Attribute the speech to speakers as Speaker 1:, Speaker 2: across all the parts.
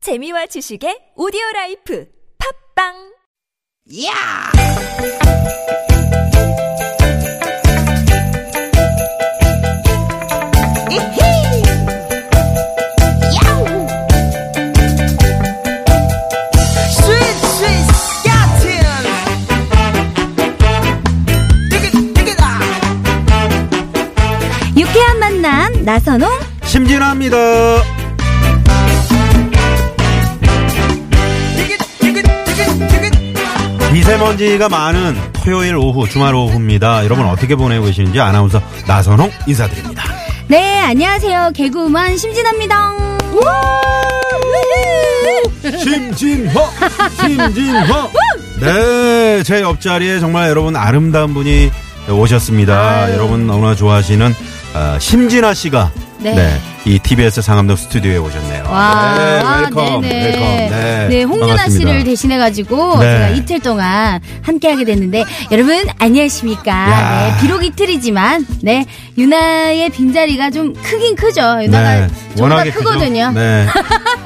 Speaker 1: 재미와 지식의 오디오 라이프 팝빵
Speaker 2: 야! 이히! 야우! 스윗, 스윗, 야틴! 디귿, 디귿아!
Speaker 3: 유쾌한 만남 나선홍
Speaker 4: 심진아입니다.
Speaker 2: 디귿, 디귿, 디귿, 디귿!
Speaker 4: 미세먼지가 많은 토요일 오후 주말 오후입니다. 여러분 어떻게 보내고 계시는지 아나운서 나선홍 인사드립니다.
Speaker 3: 네 안녕하세요 개그우먼 심진아입니다 우후.
Speaker 4: 심진화, 심진화. 네, 제 옆자리에 정말 여러분 아름다운 분이 오셨습니다. 여러분 너무나 좋아하시는 아, 심진아 씨가
Speaker 3: 네.
Speaker 4: 네. 이 TBS 상암동 스튜디오에 오셨네요.
Speaker 3: 와, 아,
Speaker 4: 네, 웰컴,
Speaker 3: 네네.
Speaker 4: 웰컴. 네,
Speaker 3: 네, 홍윤아
Speaker 4: 반갑습니다.
Speaker 3: 씨를 대신해가지고
Speaker 4: 네.
Speaker 3: 제가 이틀 동안 함께하게 됐는데 여러분 안녕하십니까?
Speaker 4: 야.
Speaker 3: 네, 비록 이틀이지만 네 유나의 빈자리가 좀 크긴 크죠. 유나가 좀더
Speaker 4: 네, 워낙에 크죠?
Speaker 3: 크거든요.
Speaker 4: 네.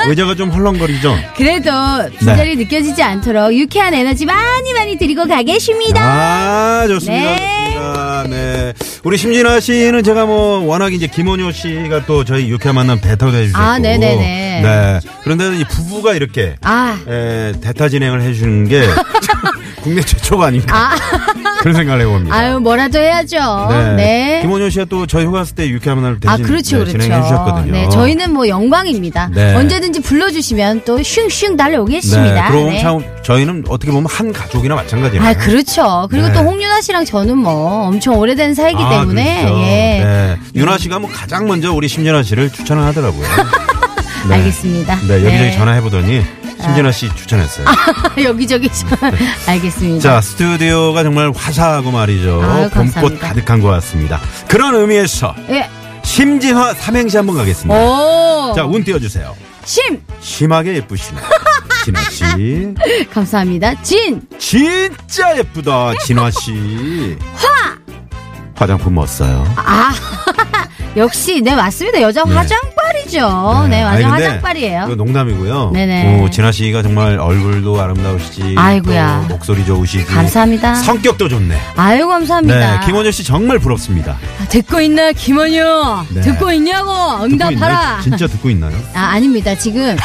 Speaker 4: 의자가 좀 헐렁거리죠.
Speaker 3: 그래도
Speaker 4: 네.
Speaker 3: 빈자리 느껴지지 않도록 유쾌한 에너지 많이 많이 드리고 가겠습니다.
Speaker 4: 아, 좋습니다.
Speaker 3: 네.
Speaker 4: 좋습니다. 네. 우리 심진아 씨는 제가 뭐 워낙 이제 김원효 씨가 또 저희 육회 만남 대타도 해주셨고.
Speaker 3: 아, 네네네.
Speaker 4: 네. 그런데 이 부부가 이렇게
Speaker 3: 아.
Speaker 4: 에, 대타 진행을 해주는 게 국내 최초가 아닌가. 그런 생각을 해봅니다.
Speaker 3: 아유 뭐라도 해야죠. 네.
Speaker 4: 김원효 씨가 또 저희 휴가갔을 때 육회 만남을 대신
Speaker 3: 아 그렇죠
Speaker 4: 네,
Speaker 3: 그렇죠.
Speaker 4: 진행해 주셨거든요.
Speaker 3: 네 저희는 뭐 영광입니다.
Speaker 4: 네.
Speaker 3: 언제든지 불러주시면 또 슝슝 달려오겠습니다.
Speaker 4: 네, 그럼 참 저희는 어떻게 보면 한 가족이나 마찬가지예요.
Speaker 3: 아 그렇죠. 그리고
Speaker 4: 네.
Speaker 3: 또 홍윤아 씨랑 저는 뭐 엄청 오래된 사이기
Speaker 4: 아,
Speaker 3: 때문에
Speaker 4: 그렇죠.
Speaker 3: 예
Speaker 4: 네. 윤아 씨가 뭐 가장 먼저 우리 심진아 씨를 추천을 하더라고요. 네.
Speaker 3: 알겠습니다.
Speaker 4: 네, 여기저기
Speaker 3: 네.
Speaker 4: 전화해보더니 심진아 씨 추천했어요.
Speaker 3: 여기저기 전- 알겠습니다.
Speaker 4: 네. 자, 스튜디오가 정말 화사하고 말이죠.
Speaker 3: 네. 아유,
Speaker 4: 봄꽃
Speaker 3: 감사합니다.
Speaker 4: 가득한 것 같습니다. 그런 의미에서
Speaker 3: 예.
Speaker 4: 심진화 삼행시 한번 가겠습니다.
Speaker 3: 오.
Speaker 4: 자, 운 띄워주세요.
Speaker 3: 심
Speaker 4: 심하게 예쁘시네. 진아 씨.
Speaker 3: 감사합니다. 진
Speaker 4: 진짜 예쁘다, 진아 씨. 화! 화장품 뭐 못 써요.
Speaker 3: 아. 역시 네 맞습니다. 여자
Speaker 4: 네.
Speaker 3: 화장빨이죠. 네,
Speaker 4: 아니,
Speaker 3: 완전
Speaker 4: 근데 그
Speaker 3: 화장빨이에요.
Speaker 4: 이거 농담이고요.
Speaker 3: 네네.
Speaker 4: 오, 진아 씨가 정말 얼굴도 아름다우시지.
Speaker 3: 아이고야.
Speaker 4: 또 목소리 좋으시지.
Speaker 3: 감사합니다.
Speaker 4: 성격도 좋네.
Speaker 3: 아유 감사합니다.
Speaker 4: 네, 김원효 씨 정말 부럽습니다.
Speaker 3: 아, 듣고 있나 김원효?
Speaker 4: 네.
Speaker 3: 듣고 있냐고
Speaker 4: 듣고
Speaker 3: 응답하라.
Speaker 4: 있나요? 진짜 듣고 있나요?
Speaker 3: 아 아닙니다. 지금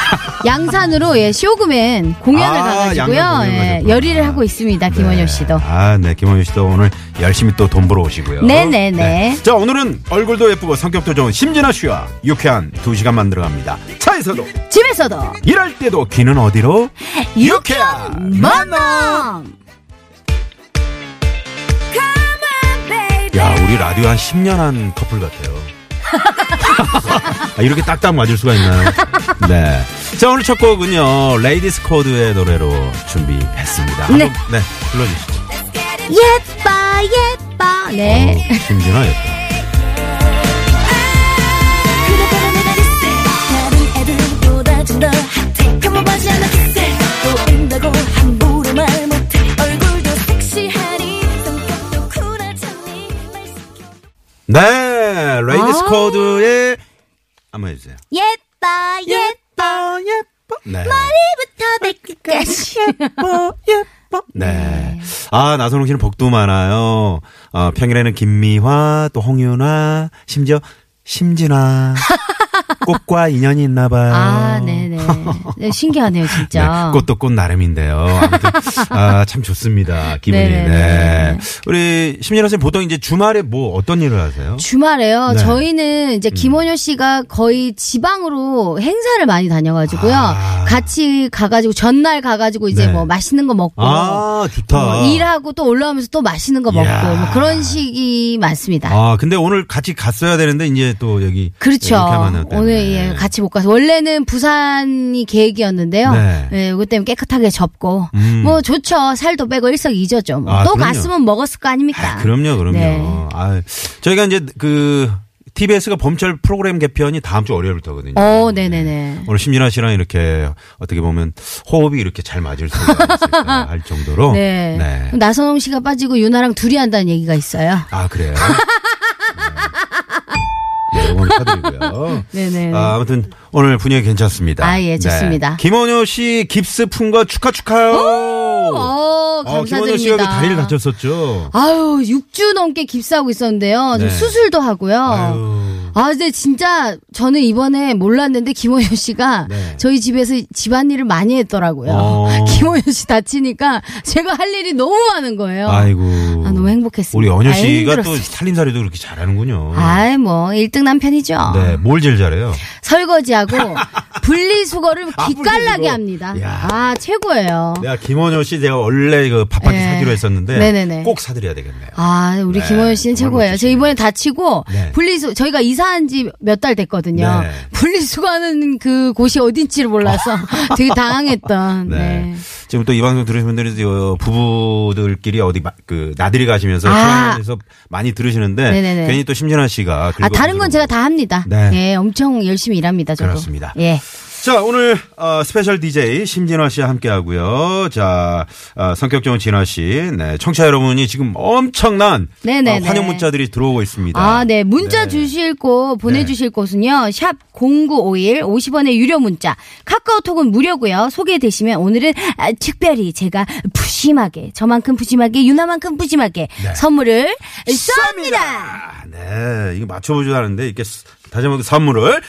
Speaker 3: 양산으로 예 쇼그맨 공연을
Speaker 4: 아, 양산
Speaker 3: 가가지고요
Speaker 4: 공연
Speaker 3: 예,
Speaker 4: 가셨구나.
Speaker 3: 열의를 하고 있습니다. 김원효
Speaker 4: 네.
Speaker 3: 씨도.
Speaker 4: 아, 네, 김원효 씨도 오늘 열심히 또 돈 벌어 오시고요.
Speaker 3: 네네네.
Speaker 4: 자, 오늘은 얼굴도 예쁘고 성격도 좋은 심진아 씨와 유쾌한 두 시간 만들어 갑니다. 차에서도
Speaker 3: 집에서도
Speaker 4: 일할 때도 귀는 어디로? 유쾌한
Speaker 3: 만남.
Speaker 4: 야, 우리 라디오 한 10년 한 커플 같아요. 아, 이렇게 딱딱 맞을 수가 있나요? 네. 자, 오늘 첫 곡은요, 레이디스 코드의 노래로 준비했습니다.
Speaker 3: 네.
Speaker 4: 한번, 네, 불러주시죠.
Speaker 3: 예뻐 예뻐. 네.
Speaker 4: 어, 심진아 예뻐. 네, 레이디스
Speaker 3: 아.
Speaker 4: 코드의 한번 해주세요.
Speaker 3: 예뻐 예뻐
Speaker 4: 예뻐. 네.
Speaker 3: 부터 발끝까지.
Speaker 2: Oh,
Speaker 4: 네. 아, 나선홍 씨는 복도 많아요. 어, 평일에는 김미화, 또 홍윤아, 심지어 심진아. 꽃과 인연이 있나 봐요.
Speaker 3: 아 네네. 네, 신기하네요 진짜.
Speaker 4: 어. 네, 꽃도 꽃 나름인데요. 아무튼 아, 참 좋습니다. 기분이.
Speaker 3: 네네네.
Speaker 4: 네. 우리 심진아 선생님 보통 이제 주말에 뭐 어떤 일을 하세요?
Speaker 3: 주말에요.
Speaker 4: 네.
Speaker 3: 저희는 이제 김원효 씨가 거의 지방으로 행사를 많이 다녀가지고요.
Speaker 4: 아.
Speaker 3: 같이 가가지고 전날 가가지고 이제
Speaker 4: 네.
Speaker 3: 뭐 맛있는 거 먹고
Speaker 4: 아, 좋다.
Speaker 3: 뭐 일하고 또 올라오면서 또 맛있는 거 먹고
Speaker 4: 이야.
Speaker 3: 뭐 그런 식이 많습니다.
Speaker 4: 아, 근데 오늘 같이 갔어야 되는데 이제 또 여기
Speaker 3: 그렇죠.
Speaker 4: 이렇게 만났기 때문에.
Speaker 3: 오늘 예, 같이 못 가서 원래는 부산이 계획이었는데요.
Speaker 4: 네.
Speaker 3: 예, 이것 때문에 깨끗하게 접고
Speaker 4: 음.
Speaker 3: 뭐 좋죠. 살도 빼고 일석이조죠. 뭐.
Speaker 4: 아,
Speaker 3: 또
Speaker 4: 그럼요.
Speaker 3: 갔으면 먹었을 거 아닙니까?
Speaker 4: 아, 그럼요, 그럼요.
Speaker 3: 네.
Speaker 4: 아, 저희가 이제 그 TBS가 봄철 프로그램 개편이 다음 주 월요일부터거든요.
Speaker 3: 어, 네네네.
Speaker 4: 오늘 심진아 씨랑 이렇게 어떻게 보면 호흡이 이렇게 잘 맞을 수가 있을까 할 정도로.
Speaker 3: 네. 그럼 나선홍 씨가 빠지고 유나랑 둘이 한다는 얘기가 있어요.
Speaker 4: 아 그래요. 아, 네. 네, 오늘 축하드리고요.
Speaker 3: 네네.
Speaker 4: 아, 아무튼 오늘 분위기 괜찮습니다. 네.
Speaker 3: 아, 예, 좋습니다.
Speaker 4: 김원효 씨 깁스 푼 거 축하 축하요.
Speaker 3: 어,
Speaker 4: 어,
Speaker 3: 감사드립니다.
Speaker 4: 김원효 씨가 그 다리를 다쳤었죠.
Speaker 3: 아유, 6주 넘게 깁스하고 있었는데요. 좀
Speaker 4: 네.
Speaker 3: 수술도 하고요. 아유 근데 진짜 저는 이번에 몰랐는데 김호연 씨가
Speaker 4: 네.
Speaker 3: 저희 집에서 집안일을 많이 했더라고요.
Speaker 4: 어.
Speaker 3: 김호연 씨 다치니까 제가 할 일이 너무 많은 거예요.
Speaker 4: 아이고.
Speaker 3: 아, 너무 행복했습니다.
Speaker 4: 우리 연효
Speaker 3: 아,
Speaker 4: 씨가 또
Speaker 3: 힘들었습니다.
Speaker 4: 살림살이도 그렇게 잘하는군요.
Speaker 3: 아이, 뭐, 1등 남편이죠.
Speaker 4: 네, 뭘 제일 잘해요?
Speaker 3: 설거지하고 분리수거를
Speaker 4: 아,
Speaker 3: 기깔나게
Speaker 4: 분리수거.
Speaker 3: 합니다.
Speaker 4: 야. 네.
Speaker 3: 아, 최고예요.
Speaker 4: 내가 김원효 씨 제가 원래 그 밥하기
Speaker 3: 네.
Speaker 4: 사기로 했었는데
Speaker 3: 네네네.
Speaker 4: 꼭 사드려야 되겠네요.
Speaker 3: 아, 우리
Speaker 4: 네,
Speaker 3: 김호연 씨는
Speaker 4: 정말
Speaker 3: 최고예요. 저
Speaker 4: 멋지시네요.
Speaker 3: 이번에 다치고
Speaker 4: 네.
Speaker 3: 분리수 저희가 이사한 지 몇 달 됐거든요.
Speaker 4: 네.
Speaker 3: 분리수거하는 그 곳이 어딘지를 몰라서 되게 당황했던.
Speaker 4: 네.
Speaker 3: 네.
Speaker 4: 지금 또 이 방송 들으신 분들이 저 부부들끼리 어디 마- 그 나들이 가시면서
Speaker 3: 아.
Speaker 4: 촬영하면서 많이 들으시는데
Speaker 3: 네네네.
Speaker 4: 괜히 또 심진아 씨가
Speaker 3: 아, 다른 건 제가 다 합니다.
Speaker 4: 네.
Speaker 3: 예, 엄청 열심히 일합니다, 저도.
Speaker 4: 그렇습니다.
Speaker 3: 예.
Speaker 4: 자, 오늘 어, 스페셜 DJ 심진아 씨와 함께 하고요. 자, 어, 성격 좋은 진아 씨. 네, 청취자 여러분이 지금 엄청난
Speaker 3: 네네네.
Speaker 4: 어, 환영 문자들이 들어오고 있습니다. 네.
Speaker 3: 아, 네. 문자 주실 곳 보내 주실 곳은요. 샵 0951 50원의 유료 문자. 카카오톡은 무료고요. 소개되시면 오늘은 아, 특별히 제가 푸짐하게 저만큼 푸짐하게 유나만큼 푸짐하게
Speaker 4: 네.
Speaker 3: 선물을 쏩니다.
Speaker 4: 아, 네. 이거 맞춰 보지도 않은데 이렇게 스- 다시 한번 그 선물을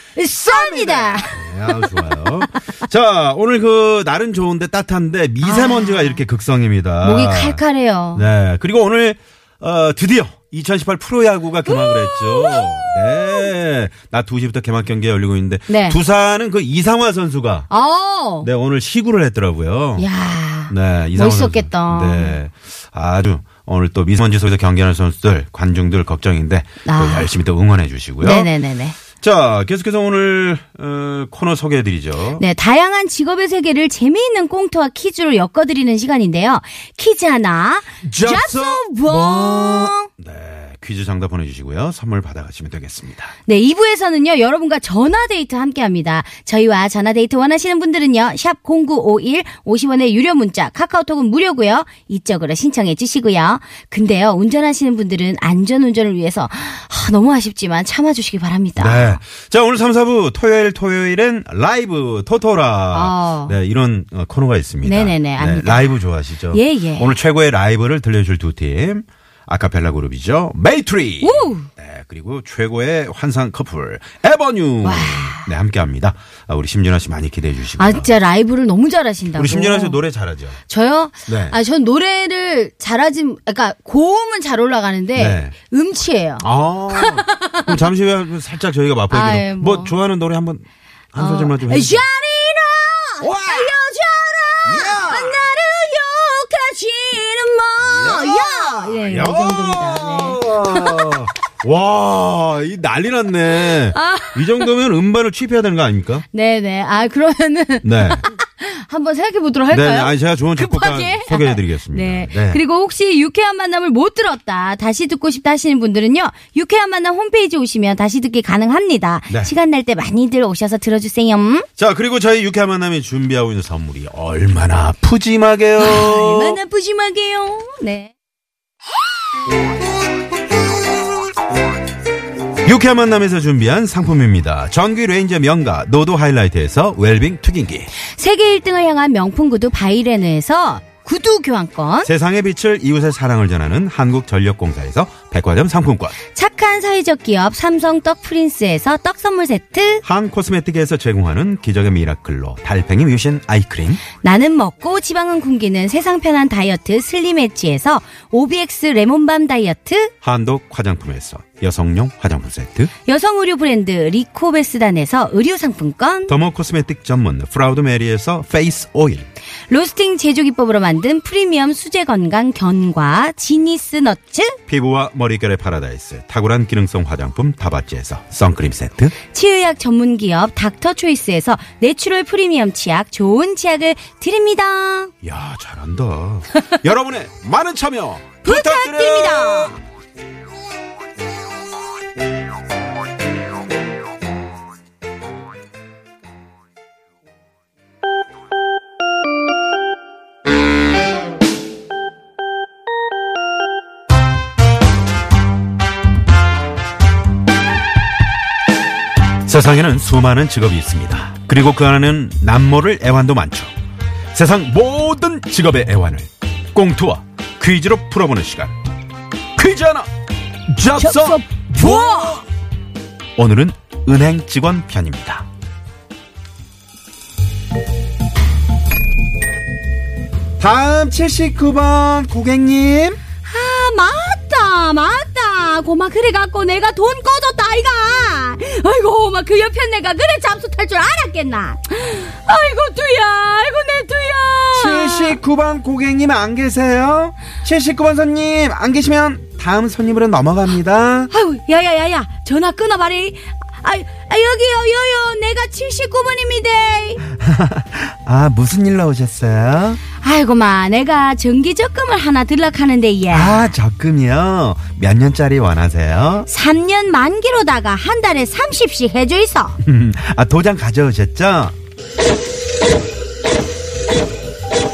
Speaker 3: 쏩니다.
Speaker 4: 네, 아우, 좋아요. 자, 오늘 그 날은 좋은데 따뜻한데 미세먼지가 이렇게 극성입니다.
Speaker 3: 아. 목이 칼칼해요.
Speaker 4: 네. 그리고 오늘 어, 드디어 2018 프로야구가 개막을 했죠. 네. 낮 2시부터 개막 경기가 열리고 있는데
Speaker 3: 네.
Speaker 4: 두산은 그 이상화 선수가
Speaker 3: 어.
Speaker 4: 네, 오늘 시구를 했더라고요.
Speaker 3: 야.
Speaker 4: 네, 이상화
Speaker 3: 멋있었겠다.
Speaker 4: 선수. 네. 아주 오늘 또 미세먼지 속에서 경기하는 선수들 관중들 걱정인데
Speaker 3: 아.
Speaker 4: 또 열심히 또 응원해 주시고요.
Speaker 3: 네네네네.
Speaker 4: 자, 계속해서 오늘 어, 코너 소개해 드리죠.
Speaker 3: 네, 다양한 직업의 세계를 재미있는 꽁트와 퀴즈로 엮어드리는 시간인데요. 퀴즈 하나, 잡소 봉.
Speaker 4: 네, 퀴즈 정답 보내주시고요. 선물 받아가시면 되겠습니다.
Speaker 3: 네, 2부에서는요, 여러분과 전화데이트 함께 합니다. 저희와 전화데이트 원하시는 분들은요, 샵0951 50원의 유료 문자, 카카오톡은 무료고요 이쪽으로 신청해 주시고요. 근데요, 운전하시는 분들은 안전운전을 위해서, 아, 너무 아쉽지만 참아주시기 바랍니다.
Speaker 4: 네. 자, 오늘 3, 4부 토요일 토요일엔 라이브 토토라.
Speaker 3: 아.
Speaker 4: 네, 이런 어, 코너가 있습니다.
Speaker 3: 네네네, 압니다.
Speaker 4: 라이브 좋아하시죠?
Speaker 3: 예, 예.
Speaker 4: 오늘 최고의 라이브를 들려줄 두 팀. 아카펠라 그룹이죠. 메이트리.
Speaker 3: 우!
Speaker 4: 네, 그리고 최고의 환상 커플 에버뉴. 네, 함께 합니다. 아, 우리 심진아 씨 많이 기대해 주시고요.
Speaker 3: 아 진짜 라이브를 너무 잘하신다고.
Speaker 4: 우리 심진아 씨 노래 잘하죠?
Speaker 3: 저요?
Speaker 4: 네.
Speaker 3: 아, 전 노래를 잘하진, 그러니까 고음은 잘 올라가는데
Speaker 4: 네.
Speaker 3: 음치예요.
Speaker 4: 아. 그럼 잠시 후에 살짝 저희가 맛보기로.
Speaker 3: 아이, 뭐.
Speaker 4: 뭐.
Speaker 3: 어.
Speaker 4: 좋아하는 노래 한번 한 아, 소절만 좀 해주세요.
Speaker 3: 아, 샤리나
Speaker 4: 와!
Speaker 3: 여자라
Speaker 4: 야!
Speaker 2: Oh,
Speaker 3: 나를 욕하지는 마. 야, 뭐. 예, 이 정도입니다. 네.
Speaker 4: 와, 이 난리 났네.
Speaker 3: 아.
Speaker 4: 이 정도면 음반을 취입해야 되는 거 아닙니까?
Speaker 3: 네네. 아 그러면은
Speaker 4: 네.
Speaker 3: 한번 생각해 보도록
Speaker 4: 네,
Speaker 3: 할까요?
Speaker 4: 네. 아니, 제가 좋은 작곡가
Speaker 3: 급하게?
Speaker 4: 소개해드리겠습니다.
Speaker 3: 네. 그리고 혹시 유쾌한 만남을 못 들었다, 다시 듣고 싶다 하시는 분들은요, 유쾌한 만남 홈페이지 오시면 다시 듣기 가능합니다.
Speaker 4: 네.
Speaker 3: 시간 날 때 많이들 오셔서 들어주세요. 음.
Speaker 4: 자, 그리고 저희 유쾌한 만남이 준비하고 있는 선물이 얼마나 푸짐하게요.
Speaker 3: 아, 얼마나 푸짐하게요. 네.
Speaker 4: 유쾌한 만남에서 준비한 상품입니다. 전기 레인저 명가 노도 하이라이트에서 웰빙 튀김기.
Speaker 3: 세계 1등을 향한 명품 구두 바이레누에서 구두 교환권,
Speaker 4: 세상의 빛을 이웃의 사랑을 전하는 한국전력공사에서 백화점 상품권.
Speaker 3: 착한 사회적 기업 삼성 떡 프린스에서 떡 선물 세트,
Speaker 4: 한 코스메틱에서 제공하는 기적의 미라클로 달팽이 뮤신 아이크림.
Speaker 3: 나는 먹고 지방은 굶기는 세상 편한 다이어트 슬림 엣지에서 OBX 레몬밤 다이어트,
Speaker 4: 한독 화장품에서 여성용 화장품 세트,
Speaker 3: 여성 의류 브랜드 리코베스단에서 의류 상품권,
Speaker 4: 더모 코스메틱 전문 프라우드 메리에서 페이스 오일,
Speaker 3: 로스팅 제조 기법으로 만든 프리미엄 수제 건강 견과 지니스 너츠,
Speaker 4: 피부와 머릿결의 파라다이스, 탁월한 기능성 화장품 다바찌에서 선크림 세트,
Speaker 3: 치의학 전문 기업 닥터 초이스에서 내추럴 프리미엄 치약 좋은 치약을 드립니다.
Speaker 4: 야 잘한다. 여러분의 많은 참여
Speaker 3: 부탁드립니다.
Speaker 4: 부탁드립니다. 세상에는 수많은 직업이 있습니다. 그리고 그 안에는 남모를 애환도 많죠. 세상 모든 직업의 애환을 꽁트와 퀴즈로 풀어보는 시간. 퀴즈 하나 잡서 부어. 오늘은 은행 직원 편입니다. 다음 79번 고객님.
Speaker 3: 아 맞다 맞다 고마 그래갖고 내가 돈 꺼줬다 아이가 아이고 막 그 옆에 내가 그래 잠수 탈 줄 알았겠나 아이고 두야 아이고 내 두야
Speaker 2: 79번 고객님 안 계세요? 79번 손님 안 계시면 다음 손님으로 넘어갑니다.
Speaker 3: 아이고 야야야야 전화 끊어봐리 아, 아 여기요 요요 내가 79번입니다
Speaker 2: 아 무슨 일로 오셨어요?
Speaker 3: 아이고 마 내가 정기 적금을 하나 들락하는데 예. 얘
Speaker 2: 아 적금이요. 몇 년짜리 원하세요?
Speaker 3: 3년 만기로다가 한 달에 30씩 해줘 있어
Speaker 2: 아 도장 가져오셨죠?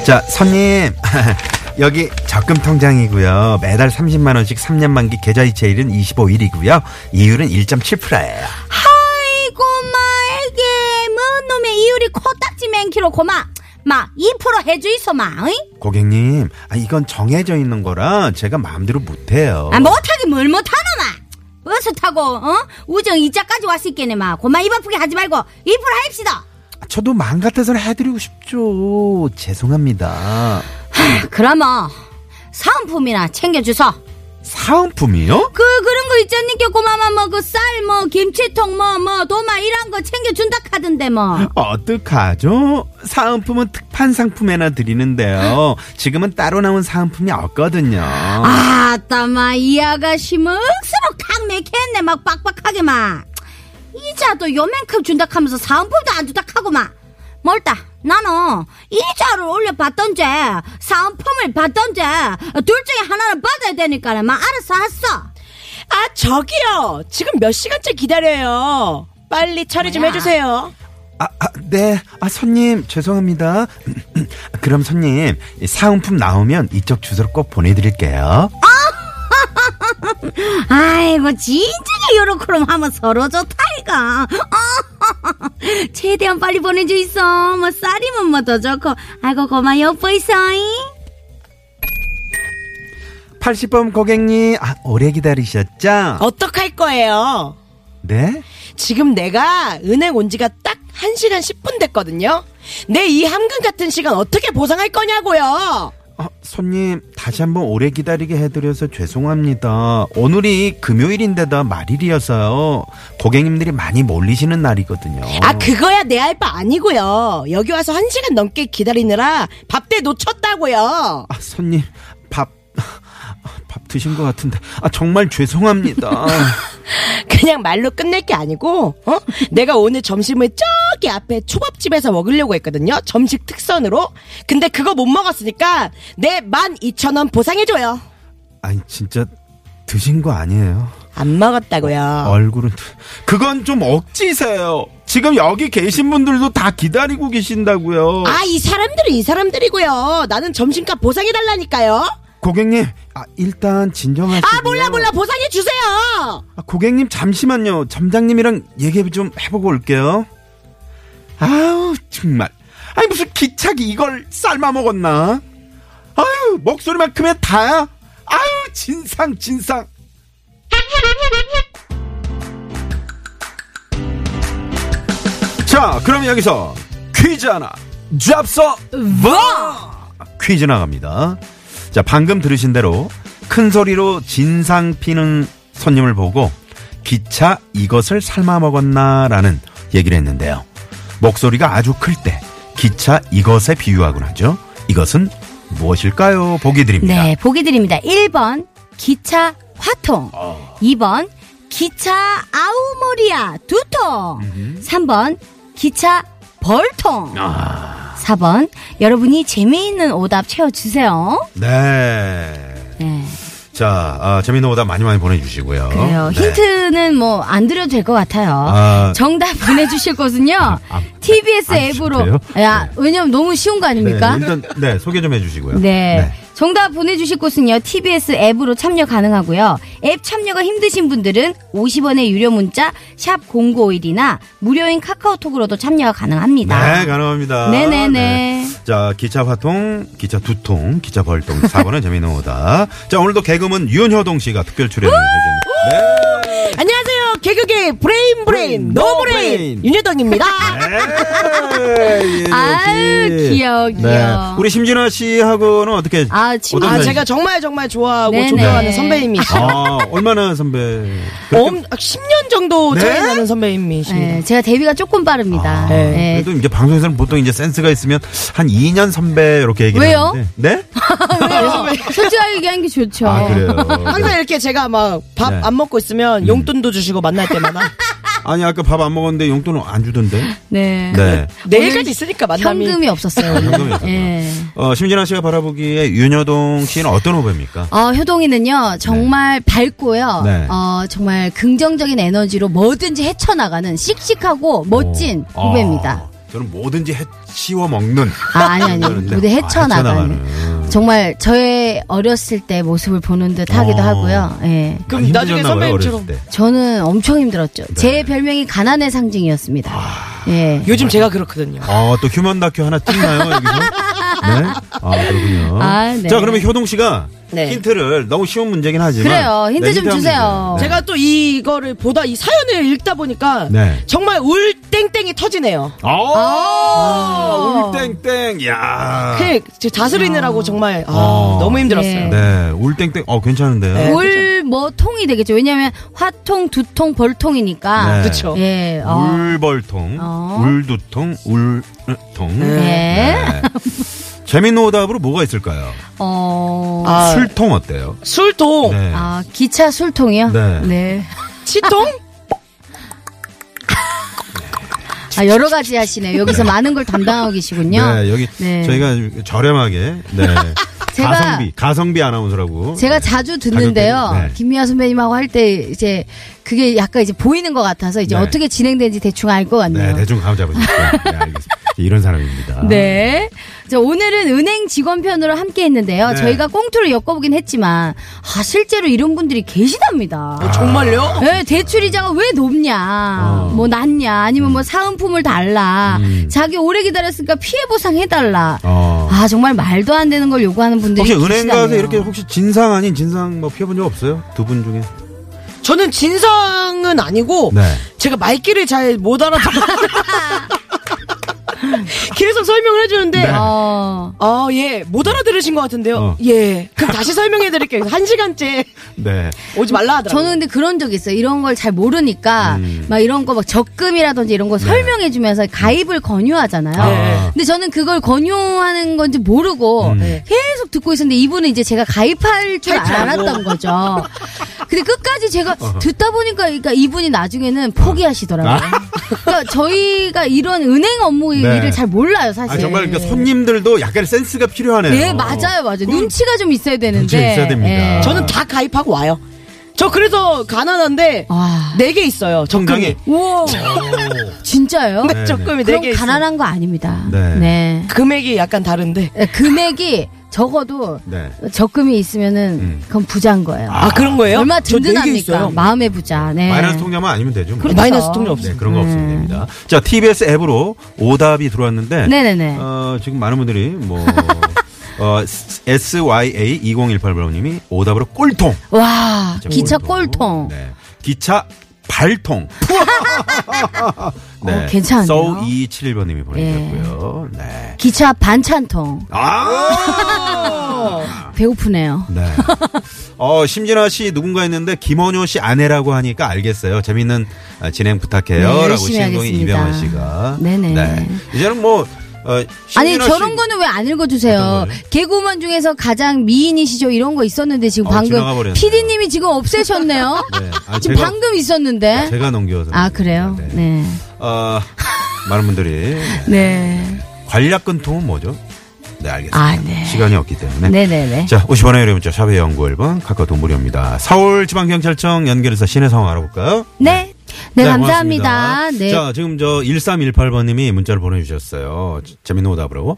Speaker 2: 자 손님 여기 적금 통장이고요. 매달 30만 원씩 3년 만기 계좌 이체일은 25일이고요. 이율은 1.7%예요.
Speaker 3: 아이고 말게 뭔 놈의 이율이 코딱지 맨키로 고마 막2% 해주이소 마 어이?
Speaker 4: 고객님, 아, 이건 정해져 있는 거라 제가 마음대로 못해요.
Speaker 3: 아, 못하긴 뭘 못하노 마 버스 타고 어 우정 이자까지 왔있겠네마 고마 입 아프게 하지 말고 2% 합시다
Speaker 4: 저도 마음 같아서 해드리고 싶죠. 죄송합니다.
Speaker 3: 그러면 사은품이나 챙겨주소
Speaker 4: 사은품이요?
Speaker 3: 그 그런 거 있잖니까 고마마 뭐그쌀 뭐 김치통 뭐 뭐 도마 이런 거 챙겨준다 카던데 뭐
Speaker 4: 어떡하죠? 사은품은 특판 상품에나 드리는데요. 지금은 따로 나온 사은품이 없거든요.
Speaker 5: 아.
Speaker 3: 아따 마이 아가씨 뭐 억수로 강 맥혔네 막 빡빡하게 막 이자도 요만큼 준다 하면서 사은품도 안 준다 하고 막 멀다 나는 이자를 올려봤던지 사은품을 받던지 둘 중에 하나는 받아야 되니까 막 알아서 했어
Speaker 5: 아 저기요 지금 몇 시간째 기다려요 빨리 처리 좀
Speaker 3: 뭐야?
Speaker 5: 해주세요
Speaker 4: 아, 아, 네. 아, 손님, 죄송합니다. 그럼 손님, 이 사은품 나오면 이쪽 주소로 꼭 보내드릴게요.
Speaker 3: 아이고 진작에 요렇게럼 하면 서로 좋다 이거 최대한 빨리 보내줘 있어 뭐 쌀이면 뭐 더 좋고 아이고 고마 여보 있어잉
Speaker 4: 80번 고객님, 아, 오래 기다리셨죠?
Speaker 5: 어떡할 거예요
Speaker 4: 네?
Speaker 5: 지금 내가 은행 온 지가 딱 1시간 10분 됐거든요 내 이 함금 같은 시간 어떻게 보상할 거냐고요
Speaker 4: 아, 손님, 다시 한번 오래 기다리게 해드려서 죄송합니다. 오늘이 금요일인데다 말일이어서요. 고객님들이 많이 몰리시는 날이거든요.
Speaker 3: 어.
Speaker 5: 아 그거야 내 할 바 아니고요 여기 와서 1시간 넘게 기다리느라 밥때 놓쳤다고요
Speaker 4: 아, 손님, 밥, 밥 드신 것 같은데. 아, 정말 죄송합니다.
Speaker 5: 그냥 말로 끝낼 게 아니고 어? 내가 오늘 점심을 저기 앞에 초밥집에서 먹으려고 했거든요 점심 특선으로 근데 그거 못 먹었으니까 내 12,000원 보상해줘요
Speaker 4: 아니, 진짜 드신 거 아니에요.
Speaker 5: 안 먹었다고요
Speaker 4: 얼굴은 그건 좀 억지세요. 지금 여기 계신 분들도 다 기다리고 계신다고요.
Speaker 5: 아 이 사람들은 이 사람들이고요 나는 점심값 보상해달라니까요
Speaker 4: 고객님, 아, 일단 진정하시고요.
Speaker 5: 아 몰라 몰라 보상해주세요
Speaker 4: 아, 고객님 잠시만요. 점장님이랑 얘기 좀 해보고 올게요. 아우 정말. 아니 무슨 기차기 이걸 삶아 먹었나? 아유 목소리만큼의 다야. 아유 진상 진상. 자 그럼 여기서 퀴즈 하나 잡서 뭐? 퀴즈 나갑니다. 자, 방금 들으신 대로 큰 소리로 진상 피는 손님을 보고 기차 이것을 삶아 먹었나라는 얘기를 했는데요. 목소리가 아주 클 때 기차 이것에 비유하곤 하죠. 이것은 무엇일까요? 보기 드립니다.
Speaker 3: 네, 보기 드립니다. 1번 기차 화통, 2번 기차 아우모리아 두통, 3번 기차 벌통, 4번 여러분이 재미있는 오답 채워주세요.
Speaker 4: 네.
Speaker 3: 네.
Speaker 4: 자, 아, 재밌는 오답 많이 많이 보내주시고요.
Speaker 3: 그래요.
Speaker 4: 네.
Speaker 3: 힌트는 뭐 안 드려도 될 것 같아요.
Speaker 4: 아.
Speaker 3: 정답 보내주실 것은요. TBS
Speaker 4: 안
Speaker 3: 앱으로.
Speaker 4: 주셔도 돼요?
Speaker 3: 야, 왜냐면 너무 쉬운 거
Speaker 4: 네,
Speaker 3: 아닙니까? 네.
Speaker 4: 일단, 네, 소개 좀 해주시고요. 네.
Speaker 3: 정답 보내주실 곳은요, TBS 앱으로 참여 가능하고요. 앱 참여가 힘드신 분들은 50원의 유료 문자, 샵 0951이나 무료인 카카오톡으로도 참여가 가능합니다.
Speaker 4: 네, 가능합니다.
Speaker 3: 네네네.
Speaker 4: 자, 기차 화통, 기차 두통, 기차 벌통. 4번은 재미있는 오다. 자, 오늘도 개그맨 윤효동 씨가 특별 출연을 해주셨는데. 네.
Speaker 5: 안녕하세요. 개그계 브레인 브레인 노브레인
Speaker 4: 노브레인.
Speaker 5: 윤여동입니다.
Speaker 4: 에이, 이렇게.
Speaker 3: 아유, 귀여워, 귀여워.
Speaker 4: 네. 우리 심진아 씨하고는 어떻게.
Speaker 3: 아, 친구.
Speaker 4: 어떤
Speaker 5: 아
Speaker 4: 사이-
Speaker 5: 제가 정말 정말 좋아하고
Speaker 3: 네네.
Speaker 5: 존경하는 선배님이시죠.
Speaker 4: 네. 아, 얼마나 선배.
Speaker 5: 엄 10년 정도
Speaker 4: 네?
Speaker 5: 차이 나는 선배님이십니다.
Speaker 3: 네, 제가 데뷔가 조금 빠릅니다.
Speaker 4: 아,
Speaker 5: 네.
Speaker 3: 네.
Speaker 4: 그래도 이제 방송에서는 보통 이제 센스가 있으면 한 2년 선배 이렇게 얘기를
Speaker 3: 왜요?
Speaker 4: 하는데. 네?
Speaker 3: 아, 솔직하게 얘기하는 게 좋죠.
Speaker 4: 아, 그래요.
Speaker 5: 항상 이렇게 제가 막 밥
Speaker 4: 네.
Speaker 5: 안 먹고 있으면 용돈도 주시고 만날 때마다
Speaker 4: 아니, 아까 밥 안 먹었는데 용돈을 안 주던데.
Speaker 3: 네.
Speaker 4: 네. 아,
Speaker 5: 내일까지 있으니까 만남이
Speaker 3: 현금이 없었어요. 오늘.
Speaker 4: 현금이 없었구나.
Speaker 3: 예.
Speaker 4: 어, 심진아 씨가 바라보기에 윤여동 씨는 어떤 후배입니까?
Speaker 3: 어, 효동이는요, 정말 밝고요,
Speaker 4: 네.
Speaker 3: 어, 정말 긍정적인 에너지로 뭐든지 헤쳐나가는 씩씩하고 멋진
Speaker 4: 어.
Speaker 3: 후배입니다.
Speaker 4: 아, 저는 뭐든지 해치워 먹는.
Speaker 3: 아, 아니, 아니,
Speaker 4: 그러는데.
Speaker 3: 무대
Speaker 4: 아,
Speaker 3: 헤쳐나가는.
Speaker 4: 헤쳐나가는.
Speaker 3: 정말 저의 어렸을 때 모습을 보는 듯 하기도
Speaker 4: 어.
Speaker 3: 하고요, 예.
Speaker 5: 그럼
Speaker 4: 많이
Speaker 5: 나중에
Speaker 4: 힘드셨나 봐요,
Speaker 5: 선배님처럼.
Speaker 4: 어렸을 때.
Speaker 3: 저는 엄청 힘들었죠. 제 별명이 가난의 상징이었습니다. 예.
Speaker 5: 요즘
Speaker 4: 네.
Speaker 5: 제가 그렇거든요.
Speaker 4: 아, 또 휴먼 다큐 하나 찍나요, 여기서? 네? 아, 그렇군요.
Speaker 3: 아, 네.
Speaker 4: 자, 그러면 효동 씨가
Speaker 5: 네.
Speaker 4: 힌트를 너무 쉬운 문제긴 하지만.
Speaker 3: 그래요. 힌트 좀
Speaker 4: 한번
Speaker 3: 주세요.
Speaker 4: 네.
Speaker 5: 제가 또 이거를 보다 이 사연을 읽다 보니까
Speaker 4: 네.
Speaker 5: 정말 울 땡땡이 터지네요.
Speaker 4: 아, 울땡땡, 야.
Speaker 5: 그 다스리느라고 정말 아,
Speaker 4: 아. 어.
Speaker 5: 너무 힘들었어요.
Speaker 3: 네.
Speaker 4: 네, 울땡땡, 어, 괜찮은데요?
Speaker 5: 네.
Speaker 3: 올 뭐 통이 되겠죠. 왜냐면 화통, 두통, 벌통이니까.
Speaker 4: 네.
Speaker 5: 그렇죠.
Speaker 3: 예. 어.
Speaker 4: 울벌통,
Speaker 3: 어.
Speaker 4: 울두통, 울통.
Speaker 3: 네.
Speaker 4: 재미있는 오답으로 뭐가 있을까요?
Speaker 3: 어.
Speaker 5: 아,
Speaker 4: 술통 어때요?
Speaker 5: 술통,
Speaker 4: 네.
Speaker 3: 아, 기차 술통이요?
Speaker 4: 네.
Speaker 5: 치통,
Speaker 3: 아, 여러 가지 하시네요. 여기서 많은 걸 담당하고 계시군요.
Speaker 4: 네, 여기
Speaker 3: 네.
Speaker 4: 저희가 저렴하게 네.
Speaker 3: 제가-
Speaker 4: 가성비 가성비 아나운서라고.
Speaker 3: 제가
Speaker 4: 네.
Speaker 3: 자주 듣는데요.
Speaker 4: 가격대는, 네.
Speaker 3: 김미아 선배님하고 할 때 이제 그게 약간 이제 보이는 것 같아서 이제
Speaker 4: 네.
Speaker 3: 어떻게 진행되는지 대충 알 것
Speaker 4: 네,
Speaker 3: 같네요.
Speaker 4: 대충 감 잡으셨죠. 네, 알겠습니다. 이런 사람입니다.
Speaker 3: 네. 자, 오늘은 은행 직원편으로 함께 했는데요.
Speaker 4: 네.
Speaker 3: 저희가 꽁투로 엮어보긴 했지만, 아, 실제로 이런 분들이 계시답니다.
Speaker 5: 뭐
Speaker 4: 아.
Speaker 5: 정말요?
Speaker 3: 예, 대출 이자가 왜 높냐,
Speaker 4: 어.
Speaker 3: 뭐 낮냐, 아니면 뭐 사은품을 달라, 자기 오래 기다렸으니까 피해 보상 해달라.
Speaker 4: 음. 어.
Speaker 3: 아 정말 말도 안 되는 걸 요구하는 분들이
Speaker 4: 혹시 은행 가서
Speaker 3: 계시다네요.
Speaker 4: 이렇게 혹시 진상 아닌 진상 뭐 피해 본적 없어요? 두 분 중에.
Speaker 5: 저는 진상은 아니고
Speaker 4: 네.
Speaker 5: 제가 말귀를 잘 못 알아들어. 계속 설명을
Speaker 4: 네.
Speaker 5: 해주는데
Speaker 3: 어.
Speaker 5: 아, 예. 못 알아들으신 것 같은데요.
Speaker 4: 어.
Speaker 5: 예. 그럼 다시 설명해 드릴게요. 한 시간째
Speaker 4: 네. 음.
Speaker 5: 오지 말라 하더라고요.
Speaker 3: 저는 근데 그런 적이 있어요. 이런 걸 잘 모르니까 막 이런 거 막 적금이라든지 이런 거 설명해 주면서 가입을 권유하잖아요.
Speaker 4: 네.
Speaker 3: 근데 저는 그걸 권유하는 건지 모르고
Speaker 4: 음.
Speaker 3: 계속 듣고 있었는데 이분은 이제 제가 가입할 줄 알았던 거죠. 근데 끝까지 제가 듣다 보니까 그러니까 이분이
Speaker 4: 어.
Speaker 3: 나중에는 포기하시더라고요. 그러니까 저희가 이런 은행 업무
Speaker 4: 아. 네.
Speaker 3: 일을 잘 몰라요, 사실.
Speaker 4: 아 정말 그러니까 손님들도 약간 센스가 필요하네요.
Speaker 3: 네, 맞아요, 맞아요. 눈치가 좀 있어야 되는데.
Speaker 4: 눈치가 있어야 됩니다.
Speaker 3: 예.
Speaker 5: 저는 다 가입하고 와요. 저 그래서 가난한데
Speaker 3: 와.
Speaker 5: 네 개 있어요. 적금이.
Speaker 4: 통장에?
Speaker 3: 아. 우와, 진짜요?
Speaker 5: 네, 적금이 네
Speaker 3: 그럼
Speaker 5: 개 있어요.
Speaker 3: 가난한 거 아닙니다. 네.
Speaker 4: 네.
Speaker 5: 금액이 약간 다른데.
Speaker 3: 네, 금액이 적어도
Speaker 4: 네. 음.
Speaker 3: 적금이 있으면은 그건 부자인 거예요.
Speaker 5: 아, 그런 거예요?
Speaker 3: 얼마
Speaker 5: 저네개
Speaker 3: 든든합니까?
Speaker 5: 있어요.
Speaker 3: 마음의 부자. 네.
Speaker 4: 마이너스 통장만 아니면 되죠. 뭐.
Speaker 3: 그렇죠.
Speaker 5: 마이너스 통장
Speaker 4: 네,
Speaker 5: 없어요.
Speaker 4: 그런 거 없으면 됩니다. 자, TBS 앱으로 오답이 들어왔는데
Speaker 3: 네네네.
Speaker 4: 어, 지금 많은 분들이 뭐 어, SYA2018번님이 오답으로 꼴통.
Speaker 3: 와, 기차 꼴통.
Speaker 4: 아, 네. 기차 발통.
Speaker 3: 어, 괜찮네요.
Speaker 4: 서우 2271번님이 보내주셨고요. 네.
Speaker 3: 기차 반찬통.
Speaker 4: 아!
Speaker 3: 배고프네요.
Speaker 4: 네. 어, 심진아 씨 누군가 있는데 김원효 씨 아내라고 하니까 알겠어요. 재밌는 아, 진행
Speaker 3: 네,
Speaker 4: 부탁해요. 라고
Speaker 3: 열심히
Speaker 4: 신동이
Speaker 3: 하겠습니다.
Speaker 4: 이병헌 씨가.
Speaker 3: 네네.
Speaker 4: 이제는 뭐, 어,
Speaker 3: 아니
Speaker 4: 심진아
Speaker 3: 저런
Speaker 4: 씨-
Speaker 3: 거는 왜 안 읽어주세요?
Speaker 4: 어떤 거예요?
Speaker 3: 개그우먼 중에서 가장 미인이시죠? 이런 거 있었는데 지금
Speaker 4: 어,
Speaker 3: 방금
Speaker 4: 지나가버렸네요.
Speaker 3: PD님이 지금 없애셨네요.
Speaker 4: 네. 아,
Speaker 3: 지금
Speaker 4: 제가-
Speaker 3: 방금 있었는데.
Speaker 4: 제가 넘겨서.
Speaker 3: 아 그래요?
Speaker 4: 네.
Speaker 3: 네.
Speaker 4: 어, 많은 분들이
Speaker 3: 네.
Speaker 4: 관략근통은 뭐죠? 네, 알겠습니다.
Speaker 3: 아, 네.
Speaker 4: 시간이 없기 때문에.
Speaker 3: 네네네.
Speaker 4: 자, 50원의 유료 문자 샵의 연구 앨범 카카오톡 무료입니다. 서울지방경찰청 연결해서 시내 상황 알아볼까요?
Speaker 3: 네. 네, 감사합니다.
Speaker 4: 고맙습니다.
Speaker 3: 네.
Speaker 4: 자, 지금 저 1318번님이 문자를 보내주셨어요. 지- 재밌는 오답으로.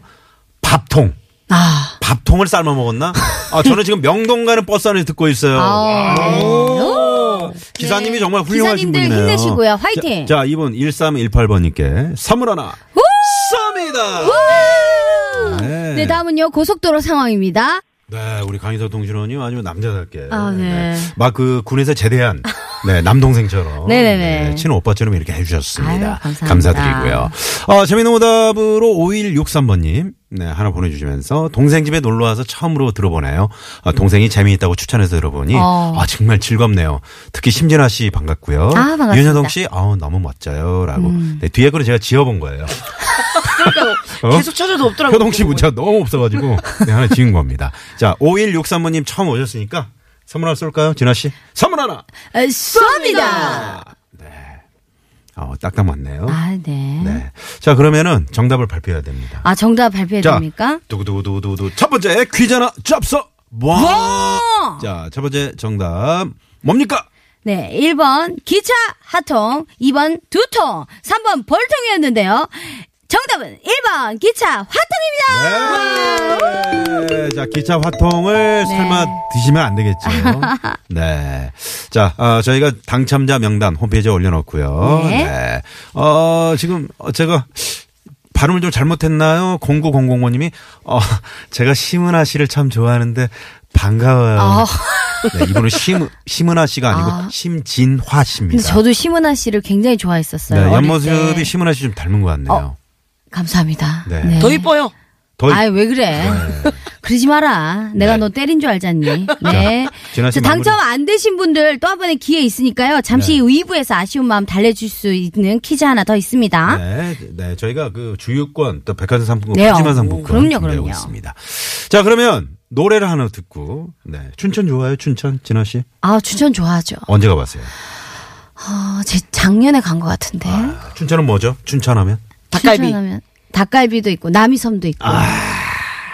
Speaker 4: 밥통.
Speaker 3: 아.
Speaker 4: 밥통을 삶아 먹었나? 아, 저는 지금 명동 가는 버스 안에서 듣고 있어요.
Speaker 3: 아.
Speaker 4: 기사님이
Speaker 3: 네.
Speaker 4: 정말 훌륭하신
Speaker 3: 기사님들
Speaker 4: 분이네요.
Speaker 3: 힘내시고요. 화이팅!
Speaker 4: 자, 자 이번 1318번님께 선물 하나 쏩니다. 네.
Speaker 3: 네, 다음은요, 고속도로 상황입니다. 어,
Speaker 4: 네, 우리 강희석 동신원이 아주 남자답게.
Speaker 3: 아, 네.
Speaker 4: 막 그 군에서 제대한 네, 남동생처럼.
Speaker 3: 네네네.
Speaker 4: 친오빠처럼 이렇게 해주셨습니다.
Speaker 3: 아유, 감사합니다.
Speaker 4: 드리고요 아, 재미있는 오답으로 5163번님. 네, 하나 보내주시면서 동생 집에 놀러 와서 처음으로 들어보네요. 아, 동생이 재미있다고 추천해서 들어보니
Speaker 3: 어.
Speaker 4: 아 정말 즐겁네요. 특히 심진아 씨 반갑고요.
Speaker 3: 아, 반갑습니다. 음.
Speaker 4: 윤여동 씨, 아우 너무 멋져요라고. 네, 뒤에 거는 제가 지어본 거예요.
Speaker 5: 그러니까
Speaker 4: 어?
Speaker 5: 계속 찾아도 없더라고요.
Speaker 4: 효동 씨 문자 너무 없어가지고 네, 하나 지은 겁니다. 자, 5163번님 처음 오셨으니까 선물 하나 쏠까요, 진아 씨? 선물 하나.
Speaker 3: 아, 쏩니다!
Speaker 4: 어, 딱딱 맞네요.
Speaker 3: 아, 네.
Speaker 4: 네. 자, 그러면은 정답을 발표해야 됩니다.
Speaker 3: 아, 정답 발표해야
Speaker 4: 자,
Speaker 3: 됩니까?
Speaker 4: 두구두구두구두구. 첫 번째 퀴즈나 잡서. 와. 자, 첫 번째 정답 뭡니까?
Speaker 3: 네, 1번 기차 하통, 2번 두통, 3번 벌통이었는데요. 정답은 1번 기차 화통입니다.
Speaker 4: 네. 자, 기차
Speaker 3: 네.
Speaker 4: 화통을 삶아 드시면 안 되겠죠. 네. 자, 아, 저희가 당첨자 명단 홈페이지에 올려놓고요.
Speaker 3: 네.
Speaker 4: 어, 지금 제가 발음을 좀 잘못했나요? 09005님이, 어, 제가 심은하 씨를 참 좋아하는데 반가워요.
Speaker 3: 아.
Speaker 4: 네, 이분은 심, 심은하 씨가 아니고
Speaker 3: 아.
Speaker 4: 심진화 씨입니다.
Speaker 3: 근데 저도 심은하 씨를 굉장히
Speaker 4: 네,
Speaker 3: 좋아했었어요. 어릴
Speaker 4: 옆모습이
Speaker 3: 때.
Speaker 4: 심은하 씨 좀 닮은 것 같네요.
Speaker 3: 어. 감사합니다.
Speaker 4: 네.
Speaker 5: 더 이뻐요.
Speaker 4: 더
Speaker 3: 아이, 왜 그래. 그러지 마라. 내가
Speaker 4: 네.
Speaker 3: 너 때린 줄 알잖니. 네.
Speaker 4: 진아 씨
Speaker 3: 자, 당첨
Speaker 4: 마무리. 네.
Speaker 3: 안 되신 분들 또 한 번의 기회 있으니까요. 잠시 2부에서 아쉬운 마음 달래줄 수 있는 퀴즈 하나 더 있습니다.
Speaker 4: 네, 네, 저희가 그 주유권 또 백화점 상품권,
Speaker 3: 아? 네요. 어,
Speaker 4: 푸짐한 상품권
Speaker 3: 그럼요,
Speaker 4: 준비하고
Speaker 3: 그럼요.
Speaker 4: 있습니다. 자, 그러면 노래를 하나 듣고 네, 춘천 좋아요, 춘천 진아 씨
Speaker 3: 아, 추천 좋아하죠.
Speaker 4: 언제 가봤어요?
Speaker 3: 아, 제 작년에 간 것 같은데.
Speaker 4: 아, 춘천은 뭐죠? 춘천하면
Speaker 5: 닭갈비. 아.
Speaker 3: 추천하면 닭갈비도 있고 남이섬도 있고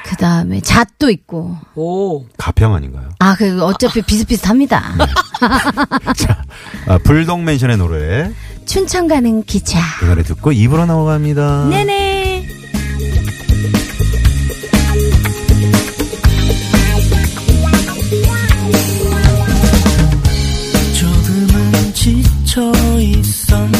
Speaker 3: 그 다음에 잣도 있고
Speaker 5: 오.
Speaker 4: 가평 아닌가요?
Speaker 3: 아 그 어차피 비슷비슷합니다.
Speaker 4: 아, 불동 맨션의 노래
Speaker 3: 춘천 가는 기차.
Speaker 4: 이 노래 듣고 입으로 나오갑니다.
Speaker 3: 네네.
Speaker 6: 조금은 지쳐 있었네